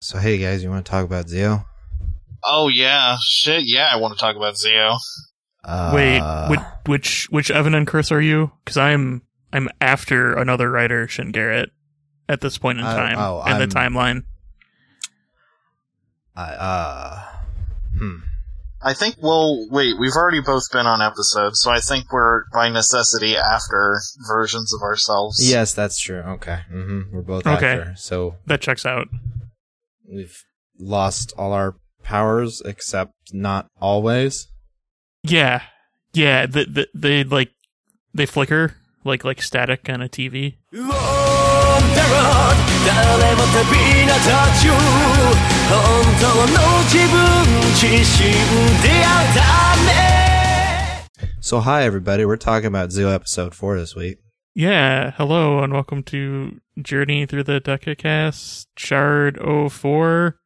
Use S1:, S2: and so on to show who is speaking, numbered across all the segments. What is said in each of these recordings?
S1: So hey guys, you want to talk about Zio?
S2: Oh yeah, shit. Yeah, I want to talk about Zio.
S1: Uh,
S3: Wait, which which which Evan and Chris are you? Because I'm I'm after another writer, Shin Garrett, at this point in
S1: I-
S3: time
S1: oh,
S3: in the
S1: I'm-
S3: timeline.
S1: I, uh, hmm.
S2: I think we'll wait. We've already both been on episodes, so I think we're by necessity after versions of ourselves.
S1: Yes, that's true. Okay, hmm we're both
S3: Okay.
S1: after, so
S3: That checks out.
S1: we've lost all our powers except not always.
S3: Yeah, yeah. The, the, they like they flicker like like static on a TV.
S4: ウォーン・ザ・ロード誰も旅立たず本当の自分自身であるため
S1: So hi everybody, we're talking about Zio episode four this week.
S3: Yeah. Hello and welcome to Journey Through the Decacast Shard 04.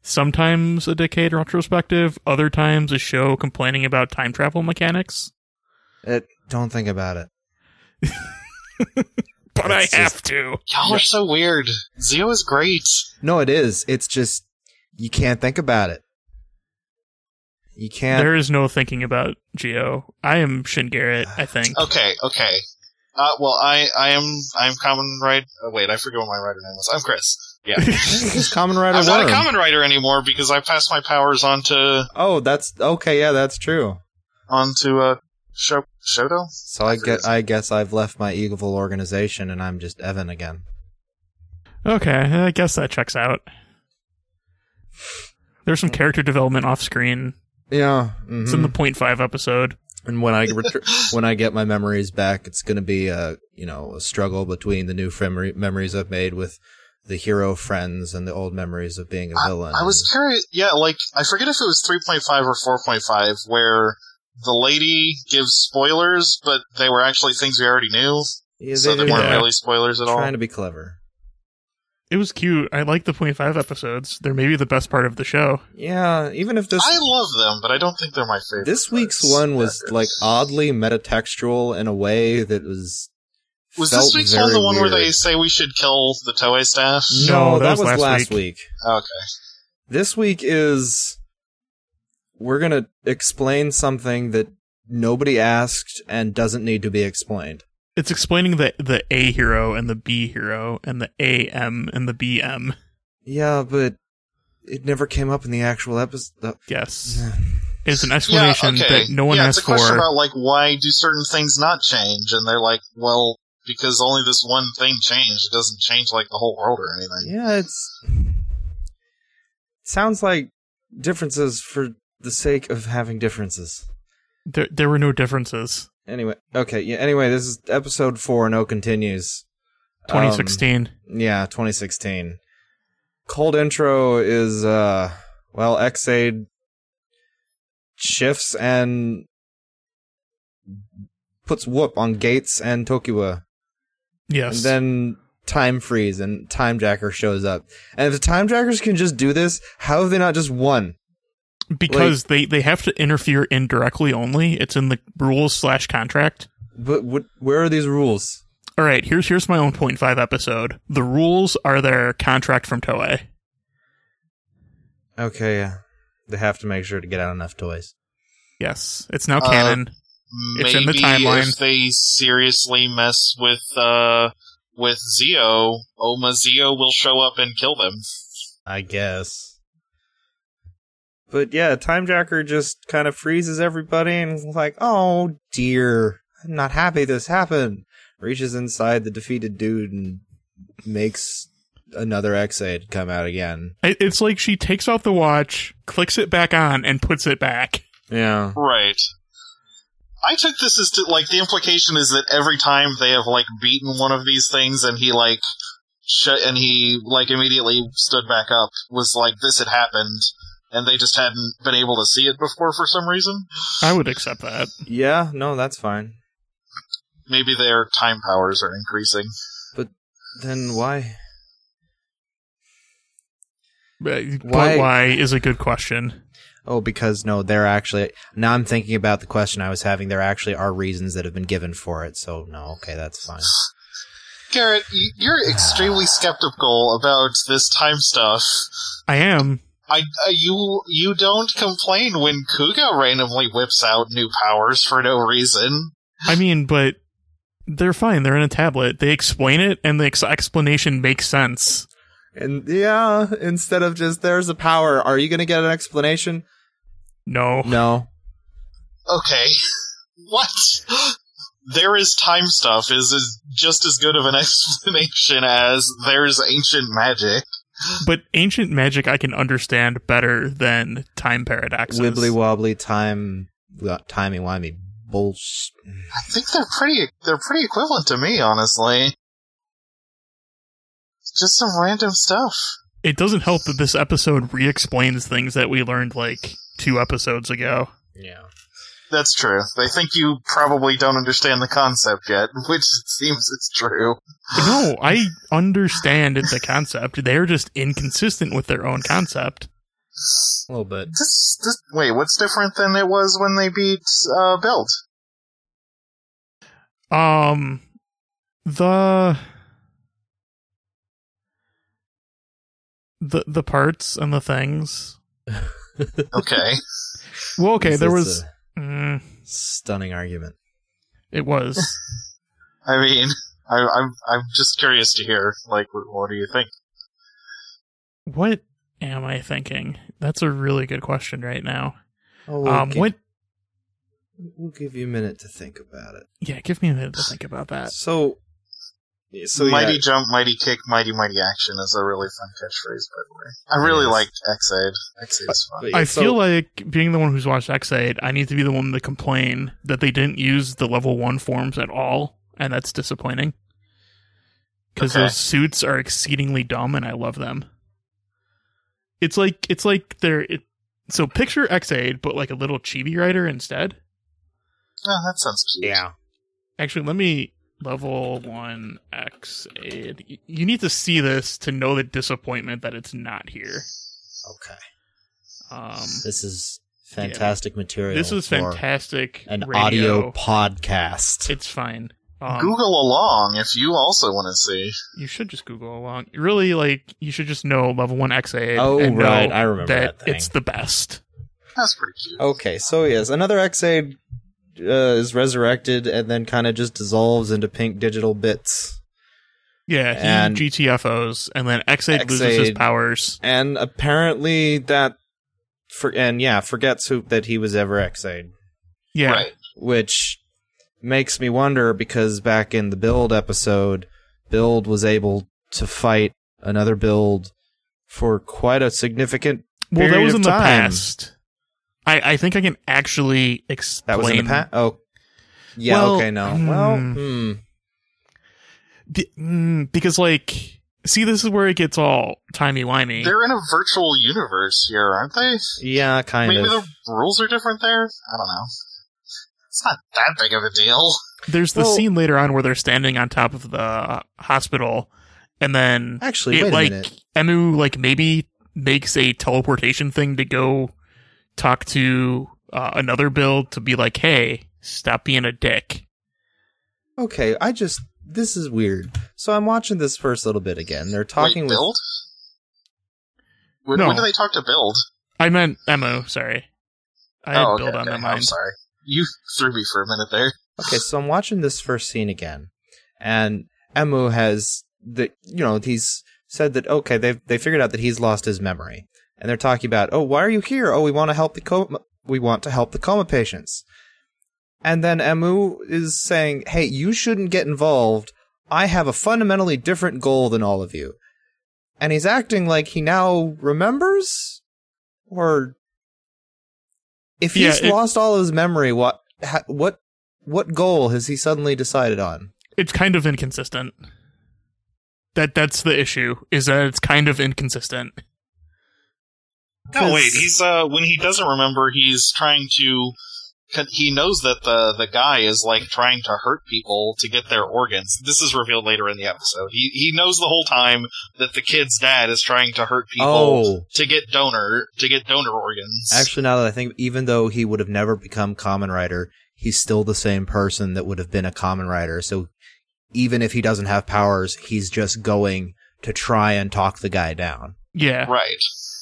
S3: Sometimes a decade retrospective, other times a show complaining about time travel mechanics.
S1: It, don't think about it.
S3: But
S1: It's
S3: I have
S1: just-
S3: to.
S2: Y'all are so weird. Zio is great.
S1: No, it is. It's just you can't think about it. You can't.
S3: There is no thinking about Geo. I am Shin Garrett, I think.
S2: Okay, okay. Uh, well, I, I am, I'm common right. Oh, wait, I forget what my writer name was. I'm Chris. Yeah,
S1: He's common writer.
S2: I'm not a
S1: Worm.
S2: common writer anymore because I passed my powers on to
S1: Oh, that's okay. Yeah, that's true.
S2: on to uh, Sho- Shoto.
S1: So I
S2: That's
S1: get.
S2: awesome.
S1: I guess I've left my evil organization, and I'm just Evan again.
S3: Okay, I guess that checks out. There's some character development off screen.
S1: Yeah. mhm.
S3: It's in the point five episode.
S2: mm-hmm.
S1: and when I retr- when I get my memories back, it's going to be a you know a struggle between the new memory- memories I've made with the hero friends and the old memories of being a villain.
S2: I was curious. Yeah, like I forget if it was 3.5 or 4.5 where the lady gives spoilers, but they were actually things we already knew,
S1: Yeah,
S2: so they
S1: they-
S2: weren't
S3: yeah.
S2: really spoilers at all.
S1: trying to be clever.
S3: It was cute. I like the point five episodes. They're maybe the best part of the show.
S1: Yeah, even if this
S2: I love them, but I don't think they're my favorite.
S1: This week's
S2: parts.
S1: one was like oddly metatextual in a way that was.
S2: Was
S1: felt
S2: this week's one
S1: very
S2: the one where they
S1: weird.
S2: say we should kill the Toei staff?
S1: No,
S3: No,
S1: that, was, last, week.
S2: Okay.
S1: This week is. We're gonna explain something that nobody asked and doesn't need to be explained.
S3: It's explaining the the A hero and the B hero and the AM and the BM.
S1: Yeah, but it never came up in the actual episode.
S3: Yes, it's an explanation
S2: yeah, okay.
S3: that no one
S2: yeah,
S3: asked
S2: it's a question
S3: for.
S2: about like why do certain things not change, and they're like, well, because only this one thing changed. It doesn't change like the whole world or anything.
S1: Yeah, it's. Sounds like differences for the sake of having differences.
S3: there, there were no differences.
S1: Anyway, okay, yeah. Anyway, this is episode four. No continues. Um,
S3: 2016.
S1: yeah, 2016. Cold intro is uh, well, Xade shifts and puts whoop on Gates and Tokiwa,
S3: yes.
S1: and then time freeze and time jacker shows up. And if the time jackers can just do this, how have they not just won?
S3: because they they have to interfere indirectly only it's in the rules slash contract
S1: But what, where are these rules?
S3: all right here's here's my own point five episode the rules are their contract from toei
S1: Okay, yeah, they have to make sure to get out enough toys.
S3: yes it's now
S2: Uh,
S3: canon It's in the timeline.
S2: if they seriously mess with uh with Zio, Oma Zio will show up and kill them.
S1: I guess. But yeah, Time Jacker just kind of freezes everybody and is like, oh dear, I'm not happy this happened. Reaches inside the defeated dude and makes another X-Aid come out again.
S3: It- it's like she takes out the watch clicks it back on and puts it back
S1: Yeah.
S2: Right. I took this as to like the implication is that every time they have like beaten one of these things and he like sh- and he like immediately stood back up was like this had happened and they just hadn't been able to see it before for some reason.
S3: i would accept that
S1: Yeah, no, that's fine.
S2: Maybe their time powers are increasing.
S1: Then why?
S3: but Uh, but
S1: Why-
S3: why, is a good question
S1: Oh, because no, they're actually. Now I'm thinking about the question I was having. There actually are reasons that have been given for it, so no, okay, that's fine.
S2: Garrett, y- you're extremely skeptical about this time stuff.
S3: I am.
S2: I uh, you you don't complain when Kuga randomly whips out new powers for no reason.
S3: I mean, but they're fine. They're in a tablet. They explain it, and the ex- explanation makes sense.
S1: And yeah, instead of just there's a power, are you going to get an explanation?
S3: No.
S1: No.
S2: Okay, what? There is time stuff is, is just as good of an explanation as there's ancient magic.
S3: But ancient magic I can understand better than time paradoxes.
S1: Wibbly wobbly time, uh, timey wimey bullshit.
S2: I think they're pretty they're pretty equivalent to me, honestly. Just some random stuff.
S3: it doesn't help that this episode re explains things that we learned like two episodes ago.
S1: Yeah.
S2: That's true. They think you probably don't understand the concept yet, which it seems is true.
S3: No, I understand the concept. They're just inconsistent with their own concept.
S1: A little bit.
S2: This, this, wait, what's different than it was when they beat uh, Build?
S3: Um, the the the parts and the things.
S2: Okay.
S3: Well, okay,
S1: This
S3: there
S1: is
S3: was.
S1: a
S3: Mm,
S1: stunning argument.
S3: it was.
S2: I mean, I, I'm I'm just curious to hear like what, what do you think?
S3: what am I thinking? That's a really good question right now.
S1: Oh, we'll
S3: Um,
S1: gi-
S3: what?
S1: We'll give you a minute to think about it.
S3: Yeah, give me a minute to think about that.
S1: So, so
S2: mighty
S1: yeah,
S2: jump, mighty kick, mighty mighty action is a really fun catchphrase, by the way. I really
S1: Yes.
S2: liked Xaid. Xaid's fun.
S1: but yeah,
S3: I
S1: so-
S3: feel like being the one who's watched X8, I need to be the one to complain that they didn't use the level one forms at all, and that's disappointing. Because
S2: Okay.
S3: those suits are exceedingly dumb, and I love them. It's like it's like they're it, so picture X8, but like a little chibi writer instead.
S2: Oh, that sounds cute.
S1: yeah.
S3: Actually, let me level one X8. Y- You need to see this to know the disappointment that it's not here.
S1: Okay.
S3: Um,
S1: This is fantastic material.
S3: this is
S1: for
S3: fantastic.
S1: An
S3: radio.
S1: audio podcast.
S3: It's fine. Um,
S2: Google along if you also want to see.
S3: You should just Google along. Really, like you should just know level one XA.
S1: Oh,
S3: and know
S1: right. I remember that thing.
S3: it's the best.
S2: That's pretty cute.
S1: Okay, so yes, another Xaid uh, is resurrected and then kind of just dissolves into pink digital bits.
S3: Yeah, he
S1: And-
S3: GTFOs, and then XA loses his
S1: X8
S3: powers.
S1: And apparently that for and yeah, forgets who that he was ever Xaid,
S3: Yeah,
S2: Right.
S1: which makes me wonder because back in the build episode, build was able to fight another build for quite a significant
S3: well, that
S1: Period
S3: was
S1: of
S3: in the
S1: time.
S3: past. I I think I can actually
S1: that
S3: explain.
S1: was in the past. Oh. Yeah,
S3: Well,
S1: okay, no.
S3: hmm.
S1: Well, hmm.
S3: the- mm, because like, see, this is where it gets all timey wimey.
S2: They're in a virtual universe here, aren't they?
S1: Yeah, kind
S2: Maybe
S1: of.
S2: the rules are different there? I don't know. It's not that big of a deal.
S3: There's the
S1: Well-
S3: scene later on where they're standing on top of the hospital, and then
S1: Actually, wait
S3: it
S1: a
S3: like
S1: minute.
S3: Emu like maybe makes a teleportation thing to go talk to uh, another build to be like, hey, stop being a dick.
S1: okay, I just this is weird. So I'm watching this first little bit again. They're talking
S2: Wait,
S1: with
S2: build? When,
S3: No.
S2: when do they talk to build?
S3: I meant Emu. Sorry, I had
S2: oh, okay,
S3: build on
S2: okay.
S3: my
S2: I'm
S3: mind.
S2: sorry. You threw me for a minute there.
S1: Okay, so I'm watching this first scene again, and Emu has the you know he's said that okay they they figured out that he's lost his memory, and they're talking about oh why are you here oh we want to help the coma we want to help the coma patients, and then Emu is saying hey you shouldn't get involved I have a fundamentally different goal than all of you, and he's acting like he now remembers, or if he's
S3: Yeah, it-
S1: lost all his memory what ha, what what goal has he suddenly decided on?
S3: It's kind of inconsistent. That that's the issue is that it's kind of inconsistent.
S2: No, wait.
S1: 'Cause-
S2: He's uh, when he doesn't remember, he's trying to. He knows that the the guy is like trying to hurt people to get their organs. This is revealed later in the episode. He he knows the whole time that the kid's dad is trying to hurt people
S1: Oh,
S2: to get donor to get donor organs.
S1: actually, now that I think, even though he would have never become common writer, he's still the same person that would have been a common writer. So even if he doesn't have powers, he's just going to try and talk the guy down.
S3: Yeah.
S2: Right.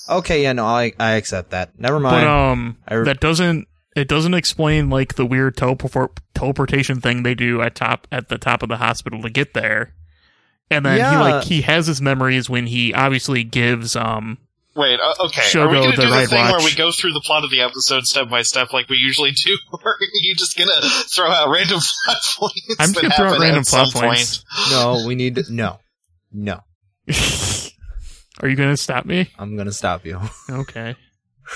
S1: Okay, yeah, no, I I accept that. Never mind.
S3: But um,
S1: I re-
S3: that doesn't it doesn't explain like the weird teleport teleportation thing they do at top at the top of the hospital to get there, and then he
S1: Yeah.
S3: like he has his memories when he obviously gives um
S2: Wait, uh, okay.
S3: Shogo
S2: Are we gonna
S3: the
S2: do the
S3: Red
S2: thing
S3: Watch.
S2: where we go through the plot of the episode step by step like we usually do, or are you just gonna throw out random plot points?
S3: I'm just
S2: that
S3: gonna throw out
S2: happen
S3: random
S2: at some
S3: plot points.
S2: Point?
S1: no, we need to, no, no.
S3: Are you gonna stop me?
S1: I'm gonna stop you.
S3: Okay.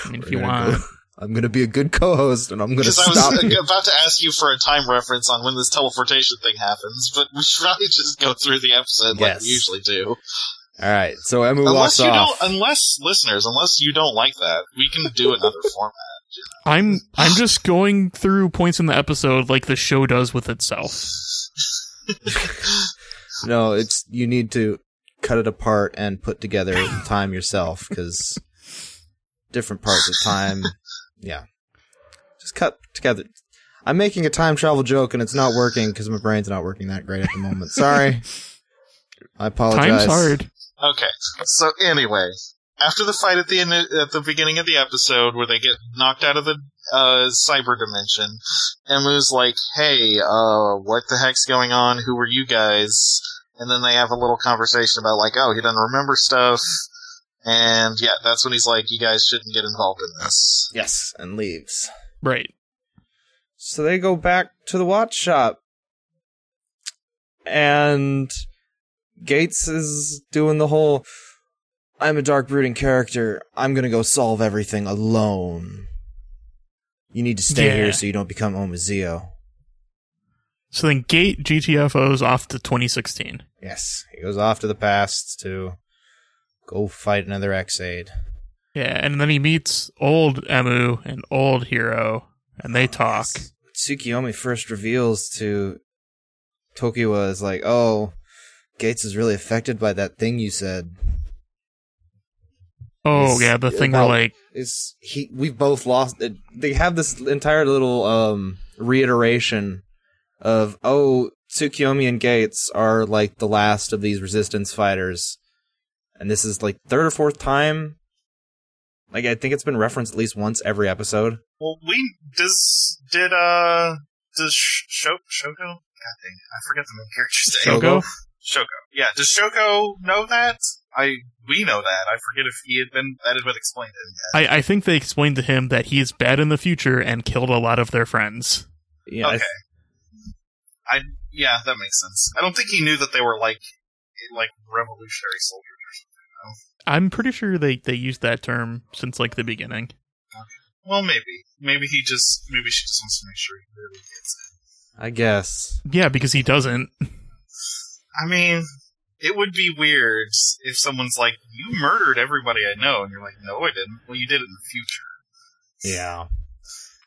S3: I mean, if
S1: We're
S3: you
S1: gonna
S3: want,
S1: go- I'm gonna be a good co-host, and I'm gonna
S2: Because I was
S1: stop
S2: uh,
S1: you.
S2: about to ask you for a time reference on when this teleportation thing happens, but we should probably just go through the episode like
S1: Yes.
S2: we usually do.
S1: All right, so Emu walks
S2: unless you
S1: off.
S2: don't, unless listeners, unless you don't like that, we can do another format.
S3: I'm I'm just going through points in the episode like the show does with itself.
S1: No, it's you need to cut it apart and put together time yourself because different parts of time. Yeah, just cut together. I'm making a time travel joke and it's not working because my brain's not working that great at the moment. Sorry, I apologize.
S3: Time's hard.
S2: Okay. So anyway, after the fight at the end, at the beginning of the episode where they get knocked out of the uh, cyber dimension, Emu's like, "Hey, uh, what the heck's going on? Who are you guys?" And then they have a little conversation about like, "Oh, he doesn't remember stuff." And yeah, that's when he's like, "You guys shouldn't get involved in this."
S1: Yes, and leaves.
S3: Right.
S1: So they go back to the watch shop. And Gates is doing the whole I'm a dark brooding character. I'm going to go solve everything alone. You need to stay
S3: Yeah.
S1: here so you don't become Omazeo.
S3: So then, Gate GTFOs off to 2016.
S1: Yes, he goes off to the past to go fight another Xade.
S3: Yeah, and then he meets old Emu and old Hero, and
S1: Oh,
S3: they talk.
S1: Tsukiyomi first reveals to Tokiwa is like, "Oh, Gates is really affected by that thing you said."
S3: Oh
S1: It's
S3: yeah, the thing where
S1: about-
S3: like
S1: is he we've both lost it- they have this entire little um reiteration of oh Tsukiyomi and Gates are like the last of these resistance fighters and this is like third or fourth time like I think it's been referenced at least once every episode
S2: Well, we does did uh does Sh- Sho- Shoko? God dang, it, I forget the main character's name.
S3: Shogo.
S2: Shoko. Yeah, does Shoko know that? I we know that. I forget if he had been that had been explained in yet.
S3: I, I think they explained to him that he is bad in the future and killed a lot of their friends.
S1: yeah I-
S2: Okay. Yeah, that makes sense. I don't think he knew that they were like like revolutionary soldiers.
S3: I'm pretty sure they they used that term since like the beginning.
S2: Well, maybe, maybe he just maybe she just wants to make sure he really gets it.
S1: I, guess
S3: Yeah, because he doesn't.
S2: I mean, it would be weird if someone's like, "You murdered everybody I know," and you're like, "No, I didn't." Well, you did it in the future.
S1: yeah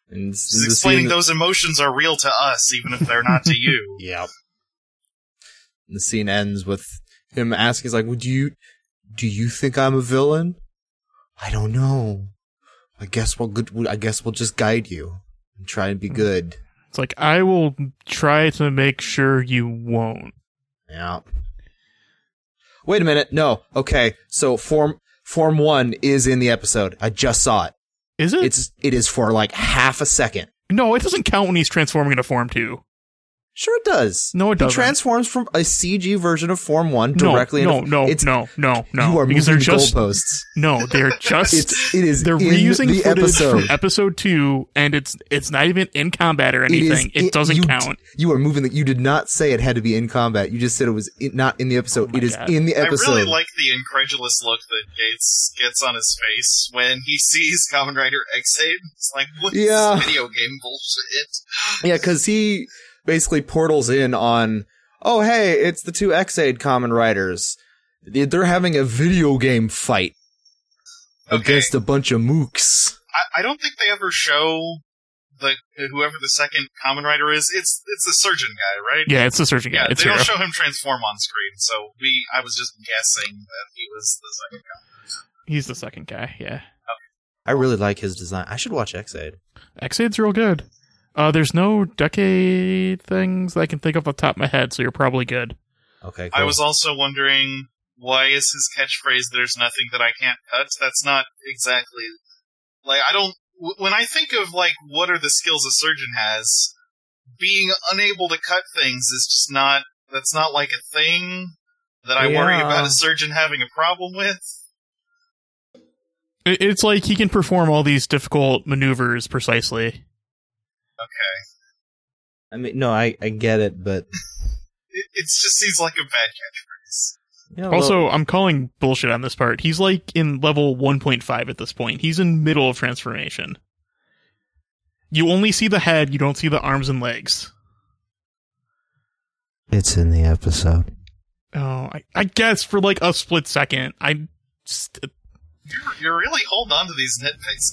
S1: and s-
S2: Just
S1: the
S2: explaining
S1: scene-
S2: those emotions are real to us, even if they're not to you.
S1: Yep. And the scene ends with him asking, he's like, well, do you, do you think I'm a villain? I don't know. I guess we'll good, I guess we'll just guide you and try and be
S3: Hmm.
S1: good.
S3: It's like I will try to make sure you won't.
S1: Yeah. Wait a minute. No. Okay. So form, form one is in the episode. I just saw it.
S3: Is it?
S1: It's, it is for like half a second.
S3: no, it doesn't count when he's transforming into Form Two.
S1: Sure it does.
S3: No, it
S1: He
S3: doesn't.
S1: transforms from a CG version of Form 1
S3: No,
S1: directly
S3: no,
S1: into
S3: no,
S1: it's,
S3: no, no, no,
S1: You are
S3: because
S1: moving
S3: they're
S1: the
S3: just
S1: goalposts.
S3: no, they're just
S1: It's it is
S3: they're
S1: in
S3: reusing
S1: the
S3: footage
S1: episode.
S3: from episode two, and it's it's not even in combat or
S1: It is
S3: anything. It,
S1: in-
S3: doesn't
S1: you,
S3: count.
S1: You are moving that. You did not say it had to be in combat. You just said it was in, not in the episode.
S3: Oh my
S1: it is
S3: God.
S1: in the episode.
S2: I really like the incredulous look that Gates gets on his face when he sees Common Rider Xade. It's like, what is
S1: Yeah.
S2: this video game bullshit?
S1: yeah, because he basically portals in on. Oh hey, it's the two Xade Common Riders. They- They're having a video game fight
S2: Okay.
S1: against a bunch of mooks.
S2: I, I don't think they ever show the whoever the second Common Rider is. It's it's the surgeon guy, right?
S3: Yeah, it's the searching guy. It's
S2: they
S3: hero.
S2: don't show him transform on screen, so we I was just guessing that he was the second guy.
S3: He's the second guy. Yeah,
S1: I really like his design. I should watch Xade.
S3: Xade's real good. Uh, there's no decade things that I can think of off the top of my head, so you're probably good.
S1: Okay,
S2: I
S1: cool.
S2: was also wondering why is his catchphrase "There's nothing that I can't cut." That's not exactly like I don't. w- When I think of like what are the skills a surgeon has, being unable to cut things is just not. That's not like a thing that I worry
S1: Yeah.
S2: about a surgeon having a problem with.
S3: It- It's like he can perform all these difficult maneuvers precisely.
S1: I mean, no, I, I get it, but
S2: It, it just seems like a bad catchphrase.
S1: you know,
S3: Also, I'm calling bullshit on this part. He's like in level 1.5 at this point. He's in middle of transformation. You only see the head, you don't see the arms and legs. uh
S1: it's in the episode.
S3: Oh, I, I guess for like a split second, I, st-
S2: You're, you're really holding on to these nitpicks,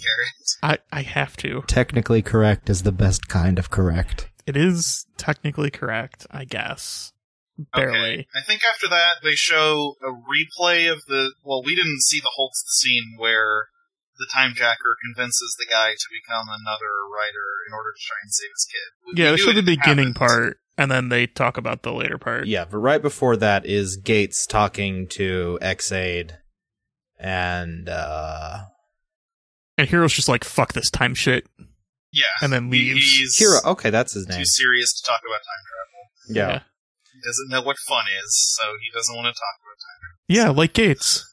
S2: Garrett.
S3: I, I have to.
S1: Technically correct is the best kind of correct.
S3: It is technically correct, I guess. Barely.
S2: Okay. I think after that they show a replay of the well, we didn't see the whole scene where the time jacker convinces the guy to become another writer in order to try and save his kid. We-
S3: Yeah,
S2: we
S3: they
S2: knew
S3: show the
S2: it
S3: beginning
S2: happened.
S3: part, and then they talk about the later part.
S1: Yeah, but right before that is Gates talking to Xaid, and uh,
S3: And Hero's just like, fuck this time shit.
S2: Yeah.
S3: And then leaves.
S2: He's
S1: Hero. Okay, that's his name.
S2: too serious to talk about time travel.
S1: Yeah.
S2: He doesn't know what fun is, so he doesn't want to talk about time.
S3: Yeah, like Gates.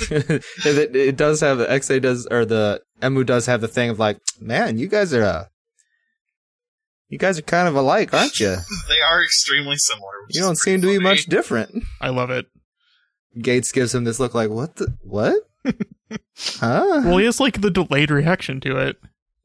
S1: it, it- it does have XA does or the Emu does have the thing of like, man, you guys are uh, you guys are kind of alike, aren't you?
S2: They are extremely similar. which
S1: You
S2: is
S1: don't seem to
S2: pretty
S1: be much
S2: funny.
S1: different.
S3: I love it.
S1: Gates gives him this look like, what the what? huh?
S3: Well, he has like the delayed reaction to it.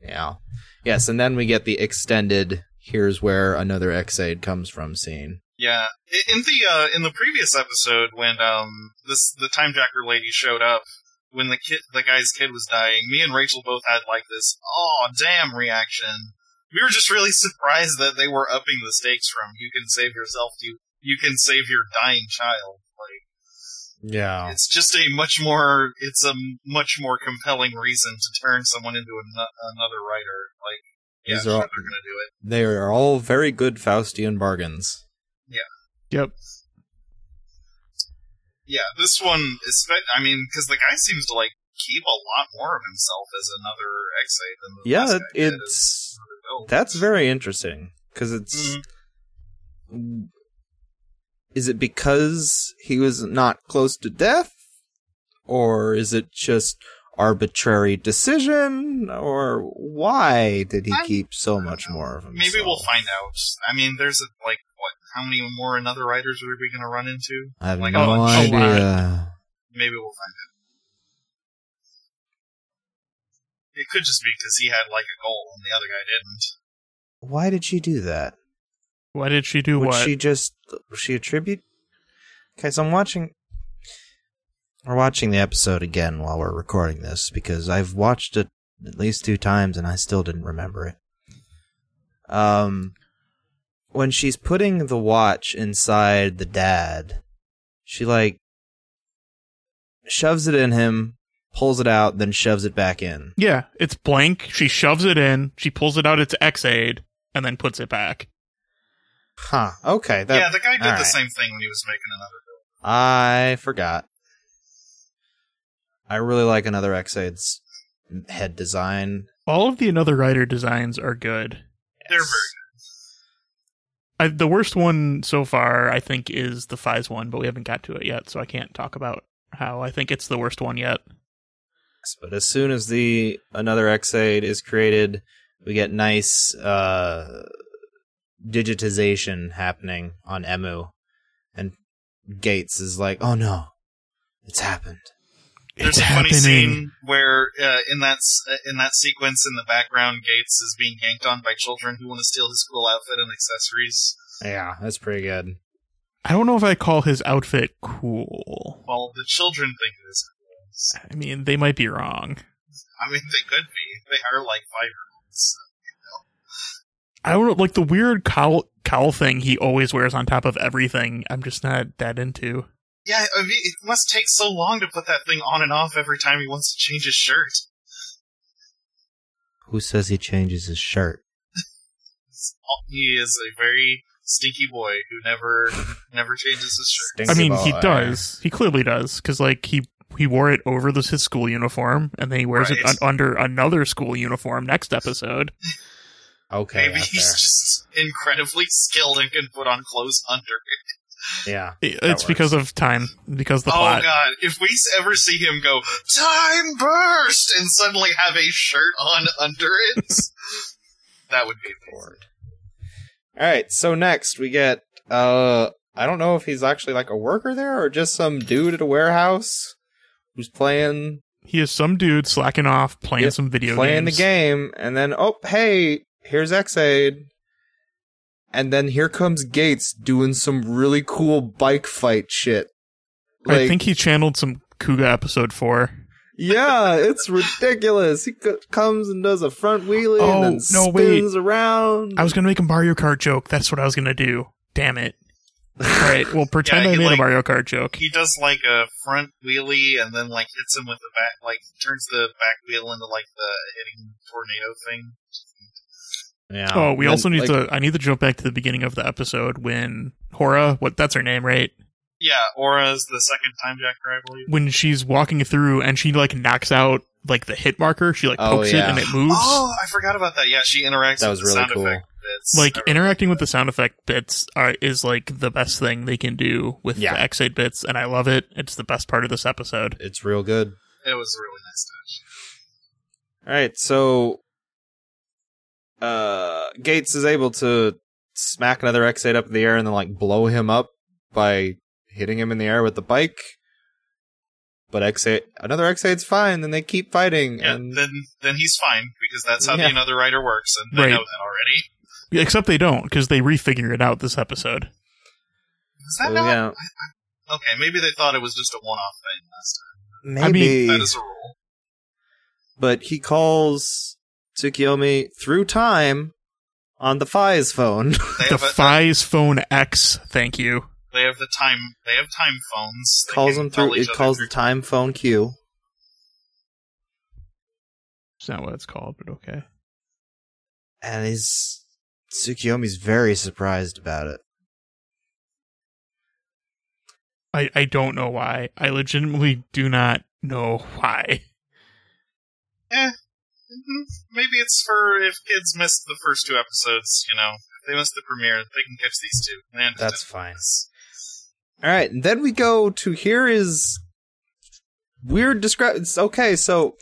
S1: yeah. Yes, and then we get the extended. Here's where another Xaid comes from scene.
S2: Yeah, I- in the uh, in the previous episode when um this the time jacker lady showed up when the kid the guy's kid was dying, me and Rachel both had like this oh damn reaction. We were just really surprised that they were upping the stakes from you can save yourself to you can save your dying child. Like
S1: Yeah.
S2: it's just a much more it's a much more compelling reason to turn someone into ano- another writer. Like yeah,
S1: These
S2: sure
S1: are all-
S2: they're gonna do it.
S1: They are all very good Faustian bargains.
S3: Yep.
S2: Yeah, this one is. spe- I mean, because the guy seems to like keep a lot more of himself as another X8 than the
S1: Yeah,
S2: last
S1: it,
S2: guy did as
S1: it's
S2: another build.
S1: that's very interesting because it's
S2: Mhm. Mm-hmm.
S1: is it because he was not close to death or is it just arbitrary decision or why did he
S2: I-
S1: keep so much more of himself
S2: Maybe we'll find out. I mean, there's a, like what? How many more another writers are we going to run into?
S1: i have
S2: like,
S1: no
S2: a lot.
S1: idea
S2: Maybe we'll find out. It could just be because he had like a goal and the other guy didn't.
S1: why did she do that
S3: Why did she do
S1: would
S3: what?
S1: she just would she attribute okay so i'm watching we're watching the episode again while we're recording this because i've watched it at least two times and i still didn't remember it um when she's putting the watch inside the dad she like shoves it in him pulls it out then shoves it back in
S3: Yeah, it's blank. She shoves it in. She pulls it out. It's X aid, and then puts it back.
S1: huh okay that
S2: yeah, the guy did the
S1: alright.
S2: same thing when he was making another.
S1: I forgot. I really like another Xaid's head design.
S3: All of the another writer designs are good.
S2: They're
S1: Yes.
S2: very
S3: I, the worst one so far, I think, is the Fize one, but we haven't got to it yet, so I can't talk about how I think it's the worst one yet.
S1: But as soon as the another Xaid is created, we get nice uh, digitization happening on Emu, and Gates is like, "Oh no, it's happened."
S2: There's
S3: it's
S2: a funny
S3: happening.
S2: scene where uh, in that s- uh, in that sequence in the background, Gates is being yanked on by children who want to steal his cool outfit and accessories.
S1: Yeah, that's pretty good.
S3: I don't know if I call his outfit cool.
S2: Well, the children think it is cool. So,
S3: I mean, they might be wrong.
S2: I mean, they could be. They are like five year olds.
S3: I don't know, like the weird cowl cowl thing he always wears on top of everything. I'm just not that into.
S2: Yeah, I mean, it must take so long to put that thing on and off every time he wants to change his shirt.
S1: Who says he changes his shirt?
S2: is he is a very stinky boy who never never changes his shirt.
S1: Stinks
S3: I mean,
S1: of
S3: he
S1: all-
S3: does. He clearly does because like he he wore it over this, his school uniform, and then he wears it
S2: Right.
S3: un- under another school uniform next episode.
S1: Okay.
S2: Maybe
S1: out
S2: he's
S1: there.
S2: just incredibly skilled and can put on clothes under. it.
S1: yeah.
S3: It-
S1: That
S3: it's because of time, because of the
S2: oh
S3: plot.
S2: god, if we s- ever see him go time burst and suddenly have a shirt on under it, that would be amazing.
S1: All right. So next we get uh I don't know if he's actually like a worker there or just some dude at a warehouse who's playing
S3: He is some dude slacking off playing
S1: Yep,
S3: some video
S1: playing
S3: games.
S1: the game and then oh hey, here's Xaid. And then here comes Gates doing some really cool bike fight shit.
S3: I think he channeled some Kuga episode four.
S1: Yeah, it's ridiculous. He co- comes and does a front wheelie
S3: Oh,
S1: and then
S3: no,
S1: spins
S3: wait.
S1: around.
S3: I was gonna make a Mario Kart joke. That's what I was gonna do. Damn it! All right, well, pretend
S2: Yeah,
S3: I
S2: he,
S3: made a
S2: like-
S3: Mario Kart joke.
S2: He does like a front wheelie and then like hits him with the back, like turns the back wheel into like the hitting tornado thing.
S1: yeah.
S3: Oh, we
S1: And,
S3: also need
S1: um, like,
S3: to. I need to jump back to the beginning of the episode when Hora, what that's her name, right?
S2: Yeah, Aura's the second time jacker, I believe.
S3: When she's walking through and she like knocks out like the hit marker, she like
S1: Oh,
S3: pokes
S1: yeah.
S3: it and it moves.
S2: Oh, I forgot about that. Yeah, she interacts
S1: That
S2: with
S1: was
S2: the
S1: really
S2: sound
S1: cool.
S2: effect bits.
S3: Like
S2: I really
S3: interacting
S2: like
S3: with the sound effect bits are, is like the best thing they can do with
S1: Yeah.
S3: the X8 bits, and I love it. It's the best part of this episode.
S1: It's real good.
S2: that. It was a really nice touch.
S1: All right, so uh Gates is able to smack another X8 up in the air and then like blow him up by hitting him in the air with the bike. But X8 another X8's fine, then they keep fighting
S2: Yeah,
S1: and
S2: then then he's fine because that's how
S1: Yeah.
S2: the another writer works, and they
S3: Right.
S2: know that already.
S3: Except they don't because they refigure it out this episode.
S2: Is
S1: so,
S2: that not?
S1: yeah.
S2: Okay, maybe they thought it was just a one-off thing last time.
S1: Maybe
S3: I mean-
S2: That is a rule.
S1: but he calls Tsukiyomi through time on the Fi's phone.
S2: They
S3: the
S2: have, a,
S3: Fi's Phone X, thank you.
S2: they have the time. They have time phones. They
S1: calls
S2: can
S1: him through
S2: tell each
S1: it
S2: other
S1: calls
S2: through-
S1: the time phone queue.
S3: It's not what it's called, but okay.
S1: and he's Tsukiyomi's very surprised about it.
S3: I, I don't know why. I legitimately do not know why.
S2: Mhm. Maybe it's for if kids missed the first two episodes. You know, if they missed the premiere, they can catch these two. And they
S1: That's
S2: understand
S1: fine.
S2: this.
S1: All right, and then we go to here is weird discrepancy. Okay, so